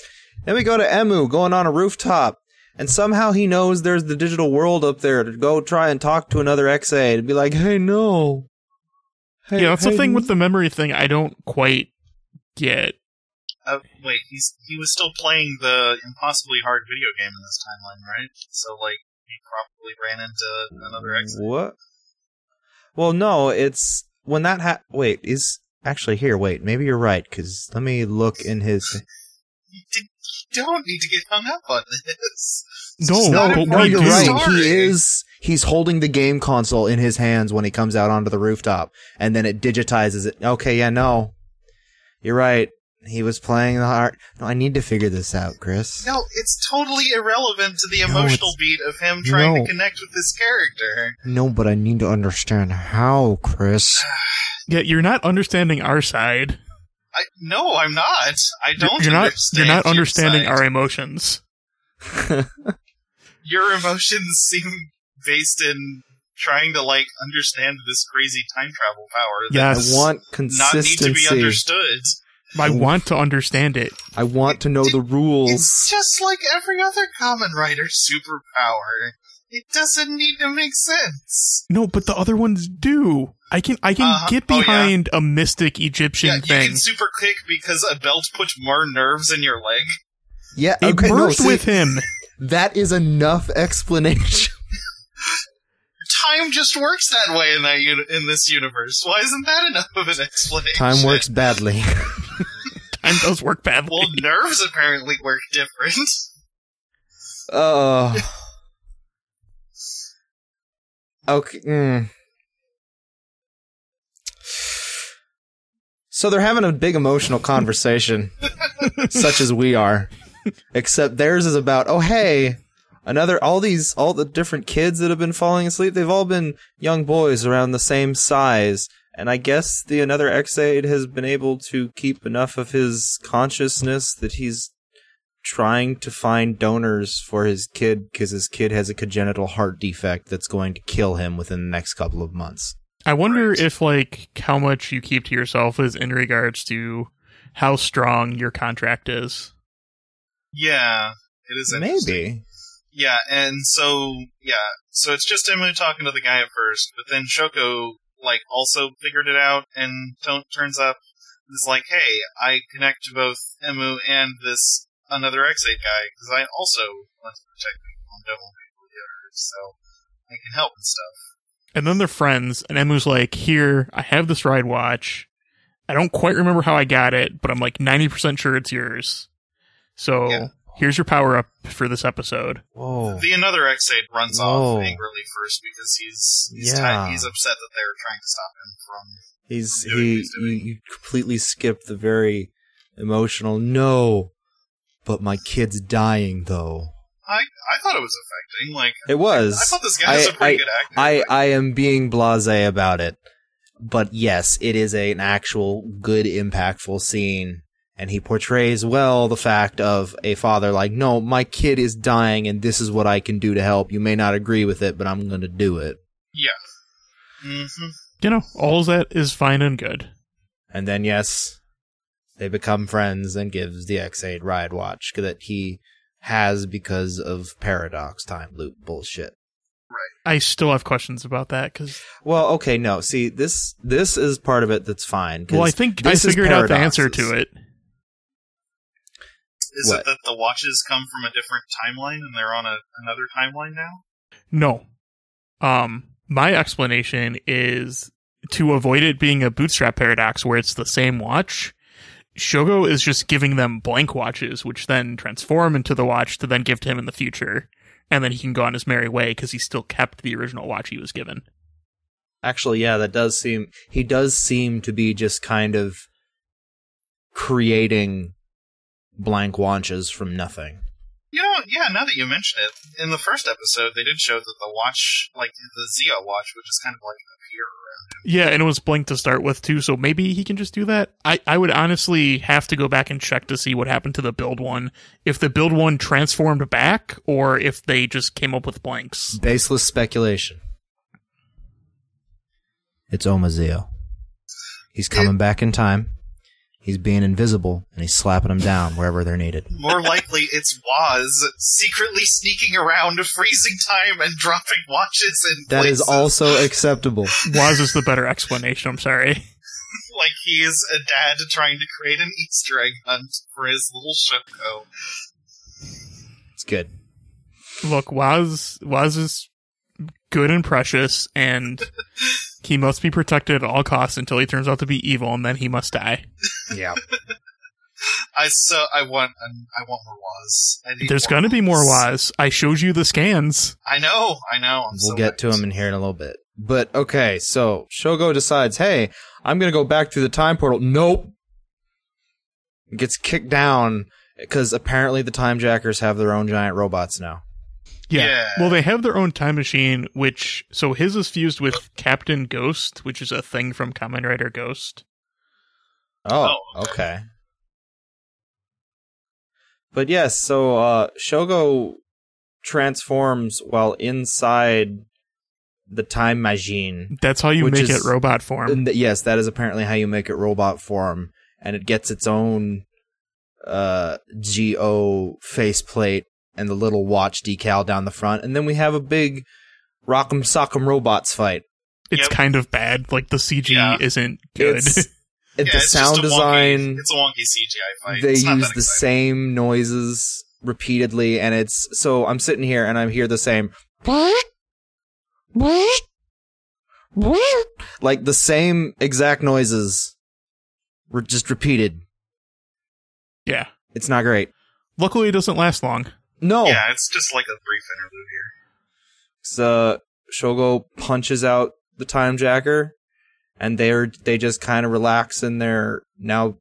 S1: then we go to Emu going on a rooftop, and somehow he knows there's the digital world up there to go try and talk to another XA and be like, "Hey, no." Hey,
S3: yeah, that's
S1: hey,
S3: the thing with the memory thing I don't quite get.
S2: Uh, wait, he's he was still playing the impossibly hard video game in this timeline, right? So like he probably ran into another exit.
S1: What? Well, no, it's when that ha- wait is actually here. Wait, maybe you're right because let me look in his.
S2: You, did, you don't need to get hung up on this. It's
S3: No,
S2: just
S1: No,
S2: not
S3: but
S1: no,
S2: important
S3: we
S1: you're
S2: to the
S1: right.
S2: story.
S1: He is. He's holding the game console in his hands when he comes out onto the rooftop, and then it digitizes it. Okay, yeah, no, you're right. He was playing the heart. No, I need to figure this out, Chris.
S2: No, it's totally irrelevant to the
S1: No,
S2: emotional
S1: it's-
S2: beat of him trying
S1: No.
S2: to connect with his character.
S1: No, but I need to understand how, Chris.
S3: Yeah, you're not understanding our side.
S2: I, no, I'm not. I
S3: You're-
S2: don't.
S3: you're not
S2: Understand
S3: you're not
S2: your
S3: understanding
S2: side.
S3: our emotions.
S2: Your emotions seem based in trying to like understand this crazy time travel power. that
S1: I
S3: Yes. I want,
S1: want
S2: not need to be
S1: consistency.
S2: understood.
S3: to understand it.
S1: I want to know the rules.
S2: It's just like every other common writer superpower. It doesn't need to make sense.
S3: No, but the other ones do. I can I can
S2: Uh-huh.
S3: get
S2: Oh, yeah.
S3: behind a mystic Egyptian
S2: Yeah, you
S3: thing.
S2: can super kick because a belt puts more nerves in your leg.
S1: Yeah,
S3: it
S1: okay, no,
S3: worked
S1: see,
S3: with him.
S1: that is enough explanation.
S2: Time just works that way in that uni- in this universe. Why isn't that enough of an explanation?
S1: Time works badly.
S3: Time does work badly.
S2: Well, nerves apparently work different.
S1: Oh. okay. mm. So they're having a big emotional conversation, such as we are. Except theirs is about, oh, hey, another all these all the different kids that have been falling asleep they've all been young boys around the same size and i guess the another x8 has been able to keep enough of his consciousness that he's trying to find donors for his kid because his kid has a congenital heart defect that's going to kill him within the next couple of months
S3: I wonder if like how much you keep to yourself is in regards to how strong your contract is.
S2: Yeah, it is. interesting.
S1: maybe
S2: Yeah, and so yeah, so it's just Emu talking to the guy at first, but then Shoko like also figured it out and t- turns up and is like, "Hey, I connect to both Emu and this another X8 guy because I also want to protect people and don't want people to get hurt, so I can help and stuff."
S3: And then they're friends, and Emu's like, "Here, I have this ride watch. I don't quite remember how I got it, but I'm like ninety percent sure it's yours. So
S2: Yeah.
S3: here's your power up for this episode."
S1: whoa
S2: The another X8 runs
S1: Whoa.
S2: off angrily first because he's he's,
S1: Oh. Yeah.
S2: ti- he's upset that they're trying to stop him from.
S1: He's
S2: Doing
S1: he.
S2: his
S1: You,
S2: doing.
S1: you completely skipped the very emotional. No, but my kid's dying though.
S2: I I thought it was affecting. Like
S1: It
S2: I
S1: was.
S2: thought this guy was
S1: I-
S2: a pretty
S1: I-
S2: good actor.
S1: I I am being blasé about it, but yes, it is a, an actual good, impactful scene, and he portrays well the fact of a father like, no, my kid is dying, and this is what I can do to help. You may not agree with it, but I'm going to do it.
S2: hmm
S3: You know, all of that is fine and good.
S1: And then, yes, they become friends and gives the X8 ride watch that he has because of paradox time loop bullshit.
S3: I still have questions about that because
S1: Well, okay, no. See, this this is part of it that's fine. 'cause
S3: well, I think I
S1: this is
S3: figured out the answer to
S1: paradoxes.
S3: it.
S2: Is
S1: What?
S2: it that the watches come from a different timeline and they're on a, another timeline now?
S3: No. Um, my explanation is to avoid it being a bootstrap paradox where it's the same watch. Shogo is just giving them blank watches, which then transform into the watch to then give to him in the future, and then he can go on his merry way because he still kept the original watch he was given.
S1: Actually, yeah, that does seem he does seem to be just kind of creating blank launches from nothing.
S2: You know, yeah, now that you mention it, in the first episode, they did show that the watch, like the Zia watch, would just kind of like appear around.
S3: Yeah, and it was blank to start with too, so maybe he can just do that. I, I would honestly have to go back and check to see what happened to the build one. If the build one transformed back or if they just came up with blanks.
S1: Baseless speculation. It's Omazeo. He's coming back in time. He's being invisible and he's slapping them down wherever they're needed.
S2: More likely, it's Waz secretly sneaking around, freezing time, and dropping watches in
S1: That is
S2: places.
S1: also acceptable.
S3: Waz is the better explanation. I'm sorry.
S2: like he is a dad trying to create an Easter egg hunt for his little Shoko.
S1: It's good.
S3: Look, Waz Waz is good and precious, and he must be protected at all costs until he turns out to be evil, and then he must die.
S1: Yeah.
S2: I so I want um, I want more Waz. I need
S3: There's
S2: more
S3: gonna be more
S2: Waz.
S3: Waz. I showed you the scans.
S2: I know, I know. I'm
S1: We'll
S2: so
S1: get to
S2: hyped.
S1: him in here in a little bit. But okay, so Shogo decides, hey, I'm going to go back through the time portal. Nope. Gets kicked down because apparently the time jackers have their own giant robots now.
S3: Yeah.
S2: Yeah.
S3: Well, they have their own time machine, which so his is fused with Captain Ghost, which is a thing from Kamen Rider Ghost.
S1: Oh,
S2: Oh,
S1: okay. But yes, so uh Shogo transforms while inside the time machine.
S3: That's how you
S1: Which
S3: make
S1: is-
S3: it robot form.
S1: And th- yes, that is apparently how you make it robot form, and it gets its own uh GO faceplate and the little watch decal down the front, and then we have a big rock'em sock'em robots fight.
S3: It's
S2: Yep.
S3: kind of bad. Like the CG
S2: Yeah.
S3: isn't good.
S1: It's,
S2: Yeah,
S1: the
S2: it's just
S1: sound
S2: a wonky-
S1: design
S2: it's a wonky CGI fight.
S1: they
S2: It's not that
S1: use the same noises repeatedly and it's so i'm sitting here and i'm hear the same like the same exact noises were just repeated
S3: yeah.
S1: it's not great
S3: Luckily, it doesn't last long.
S1: no
S2: Yeah, it's just like a brief interlude here.
S1: so uh, shogo punches out the time jacker and they're they just kind of relax in their now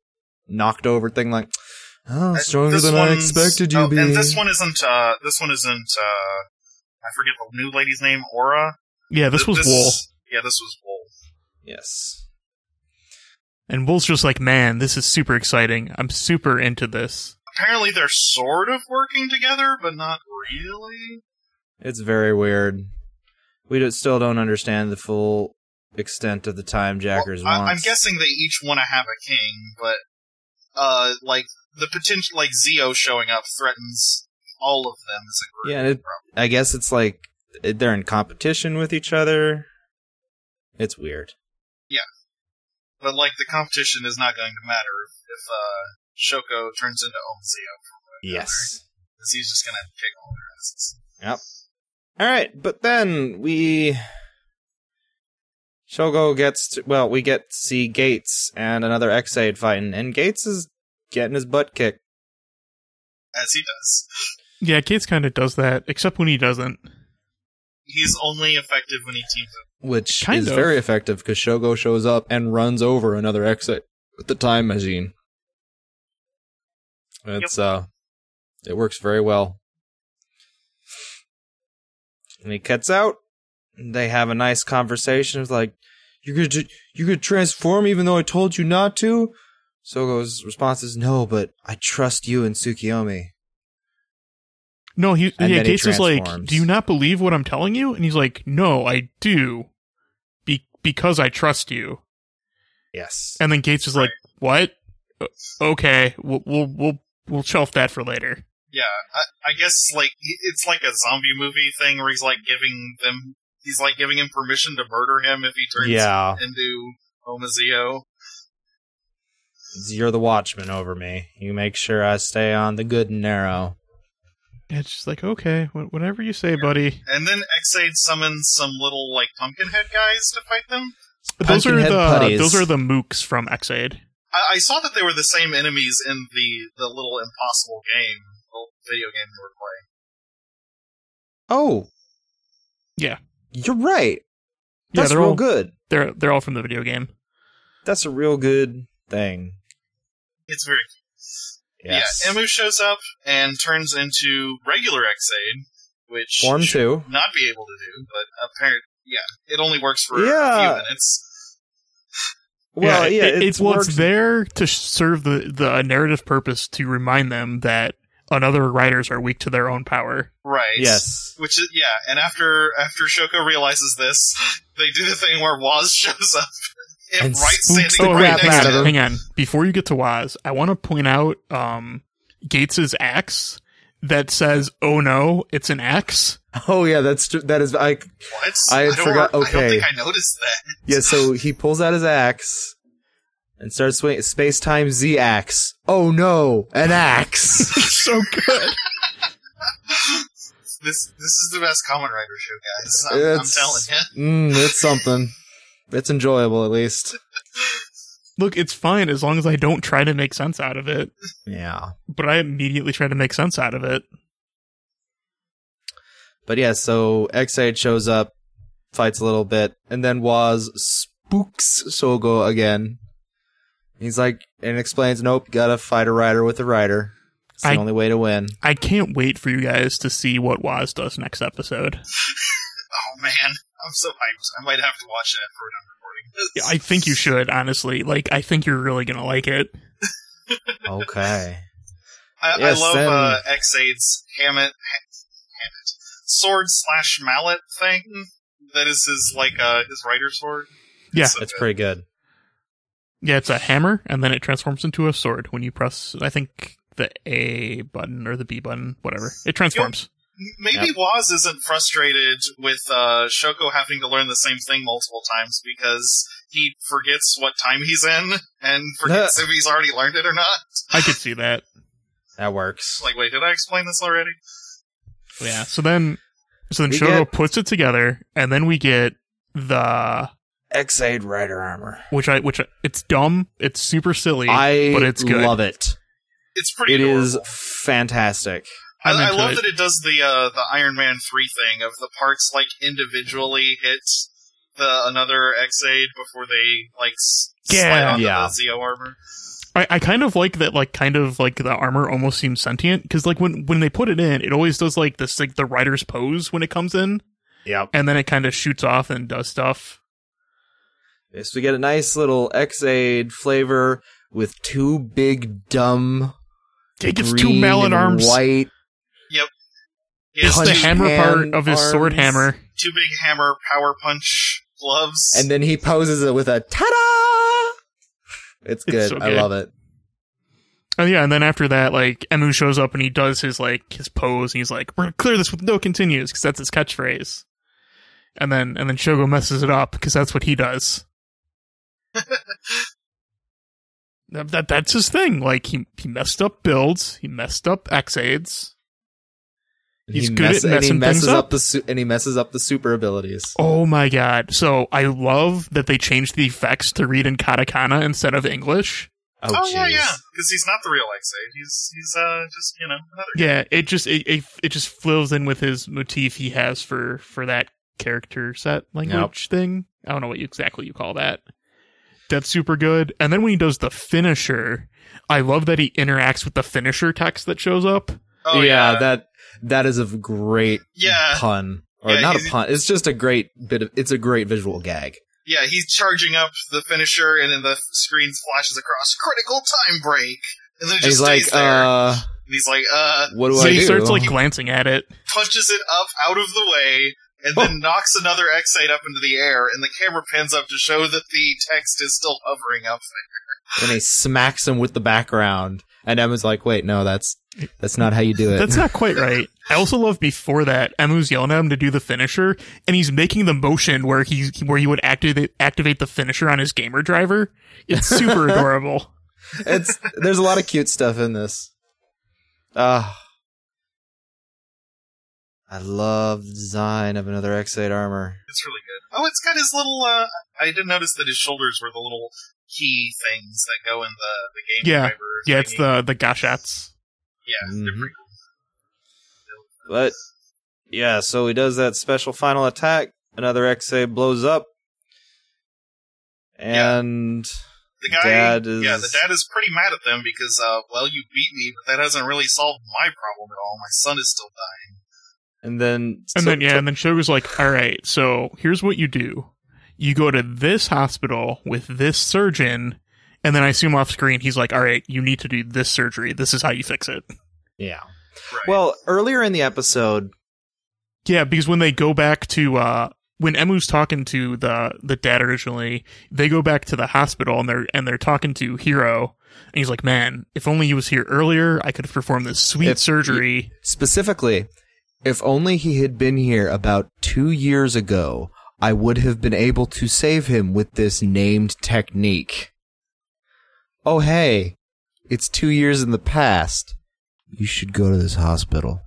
S1: knocked over thing like Oh,
S2: And
S1: stronger
S2: this
S1: than I
S2: one's-
S1: expected you
S2: oh,
S1: be.
S2: And this one isn't. Uh, this one isn't. Uh, I forget the new lady's name. Aura.
S3: Yeah, this
S2: Th-
S3: was Wool.
S2: Yeah, this was Wool.
S1: Yes.
S3: And Wool's just like, man, this is super exciting. I'm super into this.
S2: Apparently, they're sort of working together, but not really.
S1: It's very weird. We do, still don't understand the full extent of the time Jackers
S2: Well, I, I'm
S1: wants.
S2: guessing they each want to have a king, but uh, like the potential, like Zio showing up threatens all of them as a group.
S1: Yeah, and it, I guess it's like it- they're in competition with each other. It's weird.
S2: But like the competition is not going to matter if, if uh, Shoko turns into Om Zio,
S1: Yes.
S2: because he's just going to kick all their asses.
S1: All right, but then we Shogo gets to, well, we get to see Gates and another X8 fighting, and Gates is getting his butt kicked.
S2: As he does.
S3: Yeah, Gates kind of does that, except when he doesn't.
S2: He's only effective when he teams up.
S1: which
S3: Kind
S1: is
S3: of.
S1: very effective because Shogo shows up and runs over another exit with the time machine. It's uh, it works very well. And he cuts out. and They have a nice conversation. It's like, you could ju- you could transform even though I told you not to. Sogo's response is no, but I trust you and Tsukiyomi.
S3: No, he,
S1: And
S3: yeah,
S1: then he
S3: Gates is like,
S1: transforms.
S3: do you not believe what I'm telling you? And he's like, no, I do. Be- because I trust you.
S1: Yes.
S3: And then Gates is like, what? O- Okay, we'll, we'll, we'll, we'll shelf that for later.
S2: Yeah, I, I guess like he- it's like a zombie movie thing where he's like giving them, he's like giving him permission to murder him if he turns
S1: yeah,
S2: into Om Zio.
S1: you're the watchman over me. You make sure I stay on the good and narrow.
S3: And it's just like, okay, wh- whatever you say, buddy.
S2: And then Xaid summons some little like pumpkinhead guys to fight them.
S3: Those are the
S1: Pumpkinhead putties.
S3: those are the mooks from Xaid.
S2: I, I saw that they were the same enemies in the the little impossible game, the little video game we were playing.
S1: Oh.
S3: Yeah.
S1: You're right.
S3: Yeah,
S1: That's
S3: they're
S1: real
S3: all
S1: good.
S3: they're they're all from the video game.
S1: That's a real good thing.
S2: It's very
S1: Yes.
S2: yeah. Emu shows up and turns into regular Xaid, which
S1: Form
S2: should
S1: two.
S2: not be able to do, but apparently, yeah, it only works for a
S1: Yeah.
S2: few minutes.
S1: Well, yeah,
S3: it- it's well, it's
S1: works-
S3: there to sh- serve the the narrative purpose to remind them that another writers are weak to their own power.
S2: Right.
S1: Yes.
S2: Which is yeah, and after after Shoko realizes this, they do the thing where Waz shows up and,
S1: And
S2: right
S1: spooks
S2: standing
S1: the
S2: right
S1: crap
S2: next
S1: out
S2: to
S1: of
S2: him.
S1: them.
S3: Hang on, before you get to Waz, I want to point out um, Gates's axe that says "Oh no, it's an axe."
S1: Oh yeah, that's tr- that is I
S2: What?
S1: I
S2: don't
S1: forgot-
S2: re- I don't
S1: okay.
S2: think I noticed that.
S1: yeah, so he pulls out his axe and starts swinging space time Z axe. Oh no, an axe.
S3: so good.
S2: This this is the best comment writer show, guys. I'm, I'm
S1: It's-
S2: telling you.
S1: mm, it's something. It's enjoyable at least.
S3: Look, it's fine as long as I don't try to make sense out of it.
S1: Yeah.
S3: But I immediately try to make sense out of it.
S1: But yeah, so X8 shows up, fights a little bit, and then Waz spooks Sogo again. He's like, and explains, nope, you gotta fight a rider with a rider. It's the
S3: I-
S1: only way to win.
S3: I can't wait for you guys to see what Waz does next episode.
S2: Oh man, I'm so hyped. I might have to watch it after we're done recording.
S3: Yeah, I think you should, honestly. Like, I think you're really gonna like it.
S1: Okay.
S2: I,
S1: Yes,
S2: I love
S1: then-
S2: uh, Xaid's Hammett, Hammett sword slash mallet thing. That is his like uh, his writer sword.
S3: Yeah.
S2: So
S1: That's
S2: good.
S1: pretty good.
S3: Yeah, it's a hammer, and then it transforms into a sword when you press, I think, the A button or the B button, whatever. It transforms.
S2: Maybe Waz isn't frustrated with uh, Shoko having to learn the same thing multiple times because he forgets what time he's in and forgets if he's already learned it or not.
S3: I could see that.
S1: That works.
S2: Like, wait, did I explain this already?
S3: Yeah. So then, so then
S1: We
S3: Shogo
S1: get-
S3: puts it together, and then we get the
S1: X8 rider armor.
S3: which I which I, it's dumb, it's super silly.
S1: I
S3: but it's good.
S1: love it.
S2: It's pretty.
S1: It
S2: adorable.
S1: is fantastic.
S2: I,
S3: I'm
S2: I
S3: into
S2: love
S3: it.
S2: that it does the uh, the Iron Man three thing of the parts like individually hit the another X aid before they like s- slide
S3: Yeah.
S2: onto
S1: Yeah.
S2: the Zeo armor.
S3: I, I kind of like that, like kind of like the armor almost seems sentient because like when when they put it in, it always does like this like the rider's pose when it comes in,
S1: Yep.
S3: and then it kind of shoots off and does stuff.
S1: Yes, we get a nice little X-Aid flavor with two big dumb
S3: It gets two
S1: green
S3: mallet
S1: and
S3: arms.
S1: white
S2: Yes,
S3: It's the
S1: punch
S2: two,
S3: hammer
S1: hand
S3: part of his sword
S1: arms.
S3: hammer.
S2: two big hammer power punch gloves.
S1: and then he poses it with a ta-da. It's good.
S3: so
S1: I
S3: good.
S1: love it.
S3: Oh yeah, and then after that, like Emu shows up and he does his like his pose, and he's like, "We're gonna clear this with no continues," because that's his catchphrase. And then and then Shogo messes it up because that's what he does. that, that that's his thing. Like he he messed up builds, he messed up Xades.
S1: And
S3: He's
S1: he
S3: good
S1: mess-
S3: at
S1: and he
S3: messing things
S1: messes
S3: up.
S1: the su- and he messes up the super abilities.
S3: Oh my god! So I love that they changed the effects to read in katakana instead of English.
S1: Oh,
S2: oh yeah,
S1: jeez.
S2: yeah, because he's not the real Xavier. He's he's uh just you know another.
S3: Yeah, it just it, it it just flows in with his motif he has for for that character set language thing. I don't know what you, exactly you call that. That's super good. And then when he does the finisher, I love that he interacts with the finisher text that shows up.
S2: Oh
S1: yeah,
S2: yeah,
S1: that that is a great
S2: Yeah.
S1: pun or
S2: Yeah,
S1: not a
S2: he's-
S1: pun. It's just a great bit of it's a great visual gag.
S2: yeah. He's charging up the finisher, and then the screen flashes across critical time break, and then it
S1: And he's
S2: just
S1: like,
S2: stays there.
S1: uh,
S2: and he's like, uh,
S1: what do
S3: so
S1: I
S3: he
S1: do?
S3: starts like glancing at it.
S2: punches it up out of the way, and
S3: Oh.
S2: then knocks another X8 up into the air, and the camera pans up to show that the text is still hovering up
S1: and he smacks him with the background. And Emma's like, "Wait, no, that's that's not how you do it."
S3: That's not quite right. I also love before that Emu's yelling at him to do the finisher, and he's making the motion where he where he would activate activate the finisher on his gamer driver. It's super adorable.
S1: it's there's a lot of cute stuff in this. Ah. I love the design of another X8 armor.
S2: It's really good. Oh, it's got his little. Uh, I didn't notice that his shoulders were the little key things that go in the the game
S3: Yeah.
S2: driver.
S3: Yeah, it's
S2: thingy.
S3: the the gashats.
S2: yeah. they're
S1: Mhm.
S2: pretty cool.
S1: But yeah, so he does that special final attack. Another X8 blows up.
S2: Yeah.
S1: And
S2: The guy,
S1: Dad is-
S2: yeah, the dad is pretty mad at them because, uh, well, you beat me, but that hasn't really solved my problem at all. My son is still dying.
S1: and then
S3: And
S1: so-
S3: then yeah, and then Shogo's like, "All right, so here's what you do: you go to this hospital with this surgeon." And then I assume off screen, he's like, all right, you need to do this surgery. This is how you fix it.
S1: yeah.
S2: Right.
S1: Well, earlier in the episode,
S3: Yeah, because when they go back to, uh, when Emu's talking to the, the dad originally, they go back to the hospital and they're, and they're talking to Hero. And he's like, man, if only he was here earlier, I could have performed this sweet
S1: If-
S3: surgery.
S1: Specifically, if only he had been here about two years ago, I would have been able to save him with this named technique. Oh, hey, it's two years in the past. You should go to this hospital.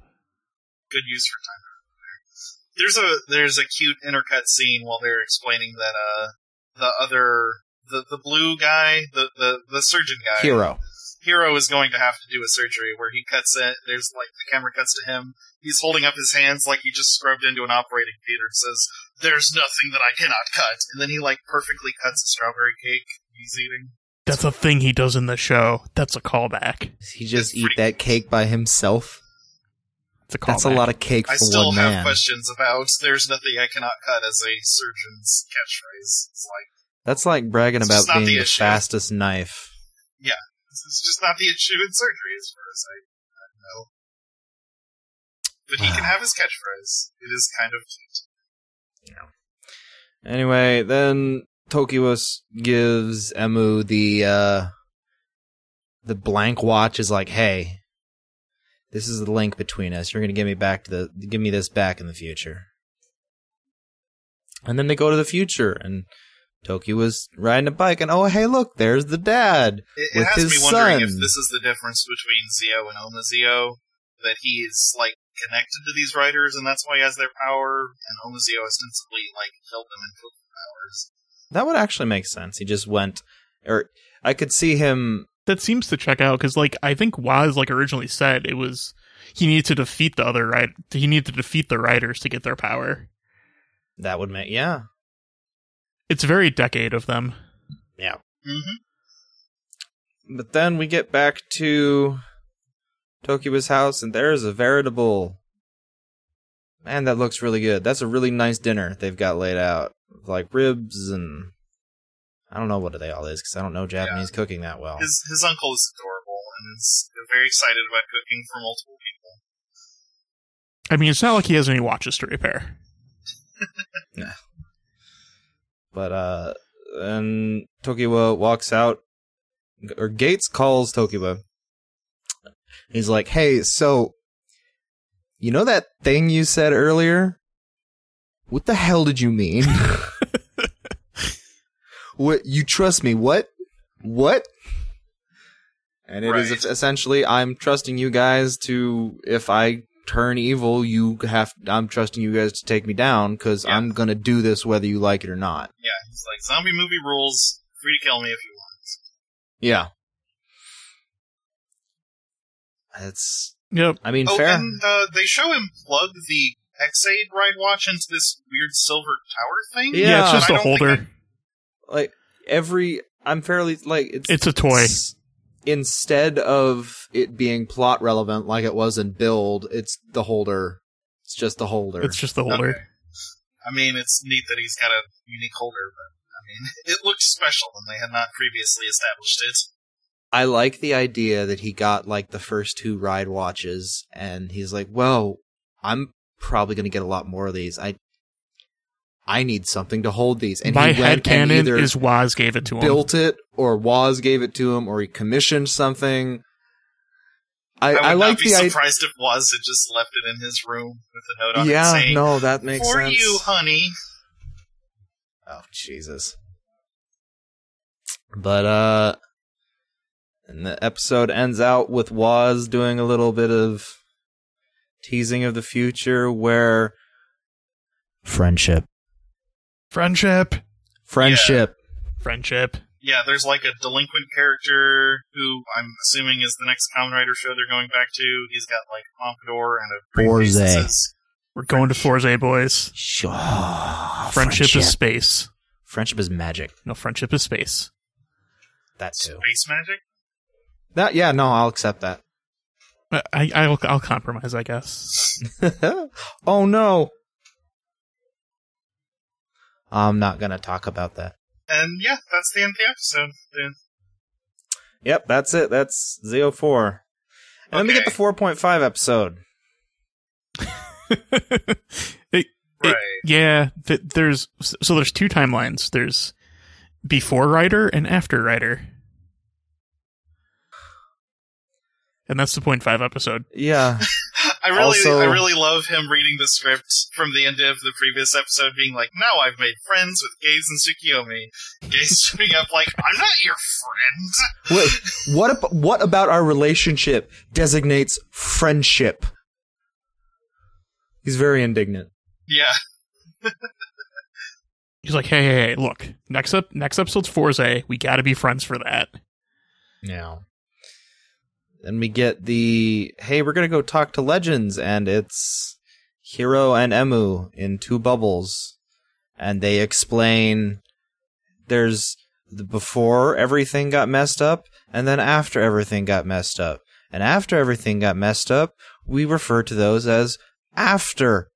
S2: good use for time. There's a there's a cute intercut scene while they're explaining that uh the other the, the blue guy the, the the surgeon guy
S1: Hero.
S2: hero is going to have to do a surgery where he cuts it there's like the camera cuts to him he's holding up his hands like he just scrubbed into an operating theater and says there's nothing that I cannot cut and then he like perfectly cuts a strawberry cake he's eating
S3: That's a thing he does in the show. That's a callback.
S1: Does he just eat that cake by himself?
S3: It's a callback.
S1: That's a lot of cake for
S2: I still
S1: one
S2: have
S1: man.
S2: questions about there's nothing I cannot cut as a surgeon's catchphrase it's like
S1: That's like bragging
S2: It's
S1: about
S2: just not
S1: being
S2: the
S1: the,
S2: issue.
S1: fastest knife.
S2: It's it's just not the issue in surgery, as far as I, I know. But he can have his catchphrase. It is kind of cute.
S1: Anyway, then Tokiwas gives Emu the uh the blank watch is like, "Hey, this is the link between us. You're going to give me back to the give me this back in the future." And then they go to the future and Toki was riding a bike and oh hey look there's the dad.
S2: It, it
S1: With
S2: has me
S1: his
S2: wondering if
S1: son.
S2: this is the difference between Zio and Oma Zio, that he is like connected to these writers, and that's why he has their power, and Oma Zio ostensibly like killed them and took their powers.
S1: That would actually make sense. He just went or I could see him
S3: that seems to check out because, like, I think Waz like originally said it was he needed to defeat the other right. He needed to defeat the riders to get their power.
S1: that would make yeah.
S3: It's very decade of them.
S2: Mm-hmm.
S1: But then we get back to Tokiwa's house, and there is a veritable. Man, that looks really good. That's a really nice dinner they've got laid out, like ribs and I don't know what they all is because I don't know Japanese cooking that well.
S2: His his uncle is adorable and is very excited about cooking for multiple people.
S3: I mean, it's not like he has any watches to repair.
S1: But uh and Tokiwa walks out or Gates calls Tokiwa. He's like, "Hey, so you know that thing you said earlier? What the hell did you mean? what you trust me? What? What?" And it is
S5: Right.
S1: essentially I'm trusting you guys to if I turn evil, you have I'm trusting you guys to take me down cuz
S2: Yeah.
S1: I'm going to do this whether you like it or not.
S2: Yeah, he's like zombie movie rules. Free to kill me if you want.
S1: Yeah. It's.
S3: Yep.
S1: I mean,
S2: Oh,
S1: fair.
S2: and uh, they show him plug the Xade ride watch into this weird silver tower thing.
S1: Yeah.
S3: Yeah, it's just
S2: I
S3: a
S2: don't think
S3: holder.
S1: like every, I'm fairly like it's.
S3: It's a toy.
S1: s- instead of it being plot relevant like it was in Build, it's the holder. It's just the holder.
S3: It's just the holder.
S2: Okay. I mean, it's neat that he's got a unique holder, but I mean, it looks special, and they had not previously established it.
S1: I like the idea that he got like the first two ride watches, and he's like, "Well, I'm probably going to get a lot more of these. I, I need something to hold these." And
S3: My
S1: he went and
S3: headcanon
S1: either-
S3: is Waz gave it to him.
S1: built it or Woz gave it to him or he commissioned something. I,
S2: I would
S1: I, like
S2: not be
S1: the idea.
S2: surprised if Waz had just left it in his room with a note on it
S1: Yeah,
S2: saying,
S1: no, that makes
S2: "For
S1: sense.
S2: you, honey."
S1: Oh Jesus! But uh, and the episode ends out with Woz doing a little bit of teasing of the future, where friendship,
S3: Friendship.
S1: friendship.
S3: Friendship.
S2: Yeah, there's like a delinquent character who I'm assuming is the next Kamen Rider show they're going back to. He's got like a pompadour and a briefcase that
S1: Borze.
S2: says-
S3: We're going to Forze, boys.
S1: Sh- oh,
S3: Friendship,
S1: friendship
S3: is space.
S1: friendship is magic.
S3: No, friendship is space.
S1: That too.
S2: space magic.
S1: That yeah, no, I'll accept that.
S3: I, I- I'll, I'll compromise, I guess.
S1: oh no. I'm not going to talk about that.
S2: And yeah, that's the end of the episode. Then
S1: Yep, that's it. That's Zeo 4. And then we get the
S2: Okay.
S1: 4.5 episode.
S3: It- It-
S2: right,
S3: yeah, th- there's so there's two timelines. There's before writer and after writer, and that's the point five episode.
S1: Yeah.
S2: I really,
S1: Also-
S2: I really love him reading the script from the end of the previous episode, being like, "Now I've made friends with Gaze and Tsukiyomi." Gaze showing up like, "I'm not your friend."
S1: Wait, what, ab- what about our relationship designates friendship? He's very indignant.
S2: Yeah,
S3: He's like, hey, hey, hey, look, next up, next episode's Forza. We got to be friends for that.
S1: Yeah. Then we get the hey, we're gonna go talk to legends, and it's Hiro and Emu in two bubbles, and they explain there's the before everything got messed up, and then after everything got messed up, and after everything got messed up, we refer to those as after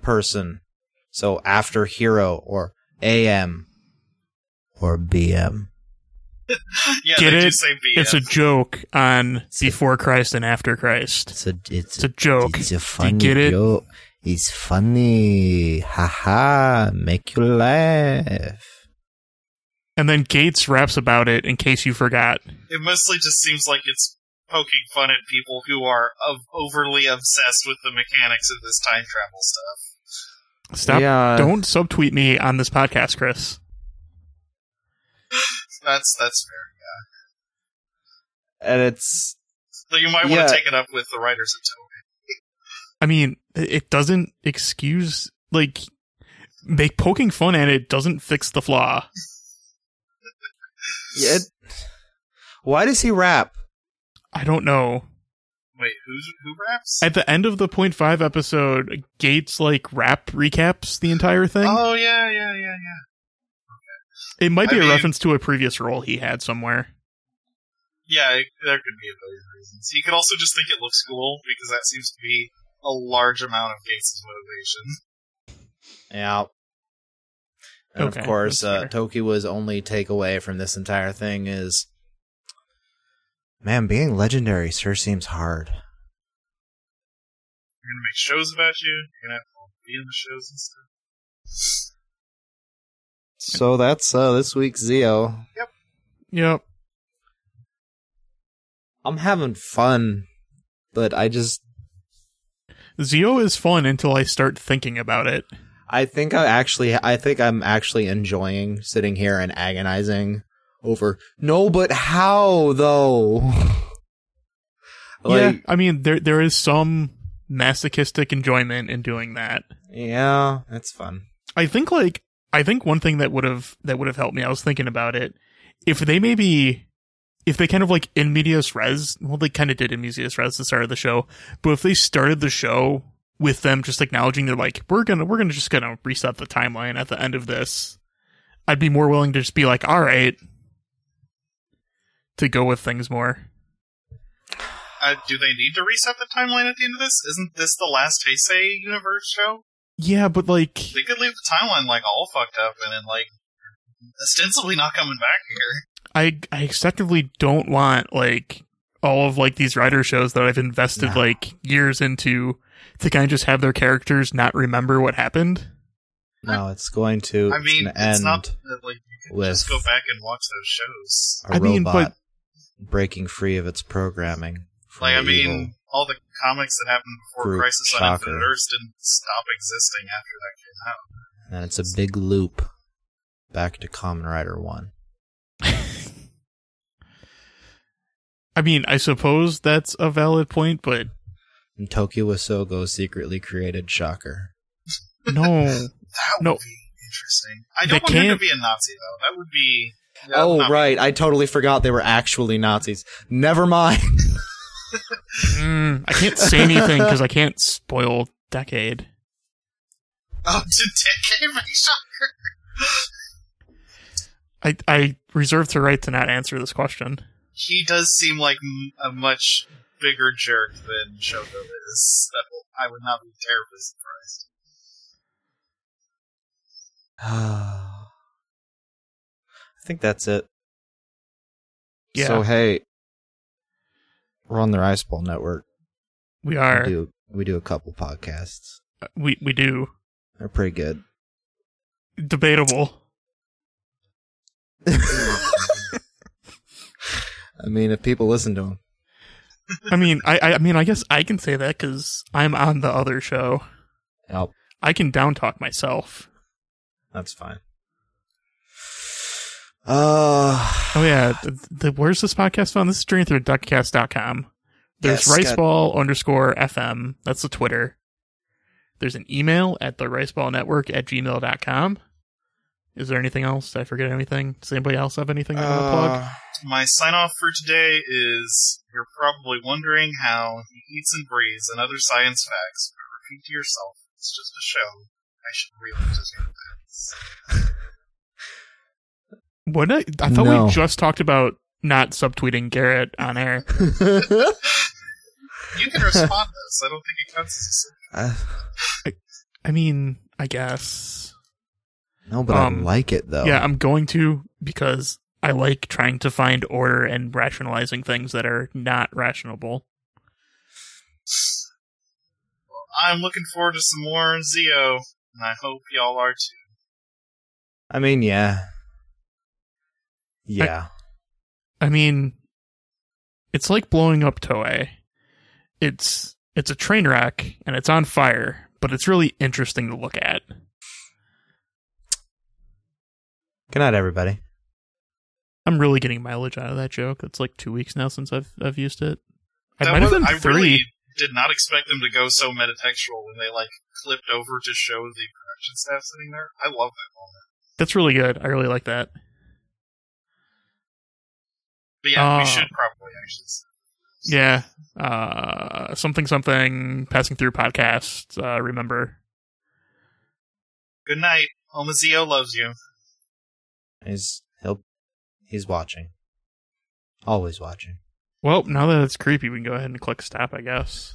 S1: person, so after Hiro or AM or BM.
S2: yeah,
S3: Get
S2: they do
S3: it?
S2: say B.
S3: It's a joke on before Christ and after Christ.
S1: It's a it's
S3: It's a joke.
S1: It's a funny
S3: Oh, get it?
S1: joke. It's funny. Haha. Make you laugh.
S3: And then Gates raps about it in case you forgot.
S2: it mostly just seems like it's poking fun at people who are of overly obsessed with the mechanics of this time travel stuff.
S3: Stop.
S1: Yeah.
S3: Don't subtweet me on this podcast, Chris.
S2: That's that's fair.
S1: And it's
S2: So you might want
S1: Yeah.
S2: to take it up with the writers of Toei.
S3: I mean, it it doesn't excuse like make poking fun at it doesn't fix the flaw.
S1: it. Why does he rap?
S3: I don't know.
S2: Wait, who's who raps?
S3: At the end of the point five episode, Gates like rap recaps the entire thing.
S2: oh yeah, yeah, yeah, yeah.
S3: it might be
S2: I
S3: a
S2: mean-
S3: reference to a previous role he had somewhere.
S2: yeah, it, there could be a billion reasons. He could also just think it looks cool because that seems to be a large amount of Gates' motivation.
S1: Yeah. And
S3: Okay,
S1: of course, uh,
S3: that's
S1: Tokiwa's only takeaway from this entire thing is, man, being legendary sure seems hard.
S2: You're gonna make shows about you. You're gonna have to be in the shows and stuff.
S1: So that's uh, this week's Zio.
S3: Yep.
S1: I'm having fun, but I just
S3: Zio is fun until I start thinking about it.
S1: I think I actually, I think I'm actually enjoying sitting here and agonizing over. No, but how though?
S3: yeah,
S1: like,
S3: I mean there there is some masochistic enjoyment in doing that.
S1: yeah, that's fun.
S3: I think like I think one thing that would have that would have helped me. I was thinking about it. If they maybe if they kind of like in medias res, well, they kind of did in medias res at the start of the show. But if they started the show with them just acknowledging they're like we're gonna we're gonna just gonna reset the timeline at the end of this, I'd be more willing to just be like, all right, to go with things more.
S2: Uh, do they need to reset the timeline at the end of this? Isn't this the last Heisei universe show?
S3: Yeah, but like
S2: They could leave the timeline like all fucked up and then like ostensibly not coming back here.
S3: I I acceptably don't want like all of like these writer shows that I've invested
S1: No.
S3: like years into to kind of just have their characters not remember what happened.
S1: No, it's going to.
S2: I
S1: it's,
S2: mean,
S1: gonna
S2: it's
S1: end
S2: not that, like you could
S1: with-
S2: just go back and watch those shows.
S1: a
S3: I mean,
S1: robot
S3: but-
S1: breaking free of its programming. from
S2: Like, I
S1: the
S2: mean,
S1: evil.
S2: all the comics that happened before
S1: Group
S2: Crisis on
S1: Shocker.
S2: Infinite Earths didn't stop existing after that came out.
S1: and it's a big loop back to Common Rider One.
S3: I mean, I suppose that's a valid point, but
S1: And Tokyo Wasogo secretly created Shocker.
S3: no.
S2: That would
S3: No.
S2: be interesting. I
S3: They
S2: don't want him to
S3: can't-
S2: be a Nazi though. That would be that would
S1: oh
S2: not be
S1: right, I totally forgot they were actually Nazis. Never mind.
S3: Mm, I can't say anything because I can't spoil decade.
S2: Oh, to decade make shocker.
S3: I I reserve the right to not answer this question.
S2: He does seem like m- a much bigger jerk than Shogo is. That will- I would not be terribly surprised.
S1: I think that's it.
S3: Yeah,
S1: So hey, we're on the Rice Bowl Network.
S3: we
S1: We
S3: are.
S1: do we do a couple podcasts.
S3: We we do
S1: They're pretty good.
S3: debatable.
S1: I mean, if people listen to them,
S3: I mean, I- I I mean, I guess I can say that because I'm on the other show.
S1: oh,
S3: I can down talk myself.
S1: that's fine. Uh,
S3: Oh yeah, the, the, where's this podcast found? This is Journey Through Duckcast.com. There's
S1: Yes, God-
S3: riceball underscore fm. That's the Twitter. There's an email at the riceball network at gmail.com. Is there anything else? Did I forget anything? Does anybody else have anything they want to
S4: Uh,
S3: plug?
S2: My sign off for today is you're probably wondering how he eats and breathes and other science facts, but repeat to yourself, it's just a show. I should realize it's your facts.
S3: What I, I thought
S1: No.
S3: we just talked about not subtweeting Garrett on air.
S2: You can respond to this. I don't think it counts as a
S1: Uh,
S3: I mean, I guess.
S1: no, but I
S3: Um,
S1: like it though.
S3: Yeah, I'm going to because I like trying to find order and rationalizing things that are not rationable.
S2: I'm looking forward to some more Zio, and I hope y'all are too.
S1: I mean, yeah, yeah.
S3: I mean, it's like blowing up Toei. It's it's a train wreck and it's on fire, but it's really interesting to look at.
S1: Good night, everybody.
S3: I'm really getting mileage out of that joke. It's like two weeks now since I've I've used it. I
S2: That
S3: might have
S2: was-
S3: been
S2: I
S3: three.
S2: really did not expect them to go so metatextual when they like clipped over to show the production staff sitting there. I love that moment.
S3: That's really good. I really like that.
S2: But yeah,
S3: Ah.
S2: we should probably actually. say
S3: Yeah. Uh, something something passing through podcast. Uh, remember.
S2: Good night. Oma Zio loves you.
S1: He's he'll he's watching. Always watching.
S3: Well, now that it's creepy, we can go ahead and click stop, I guess.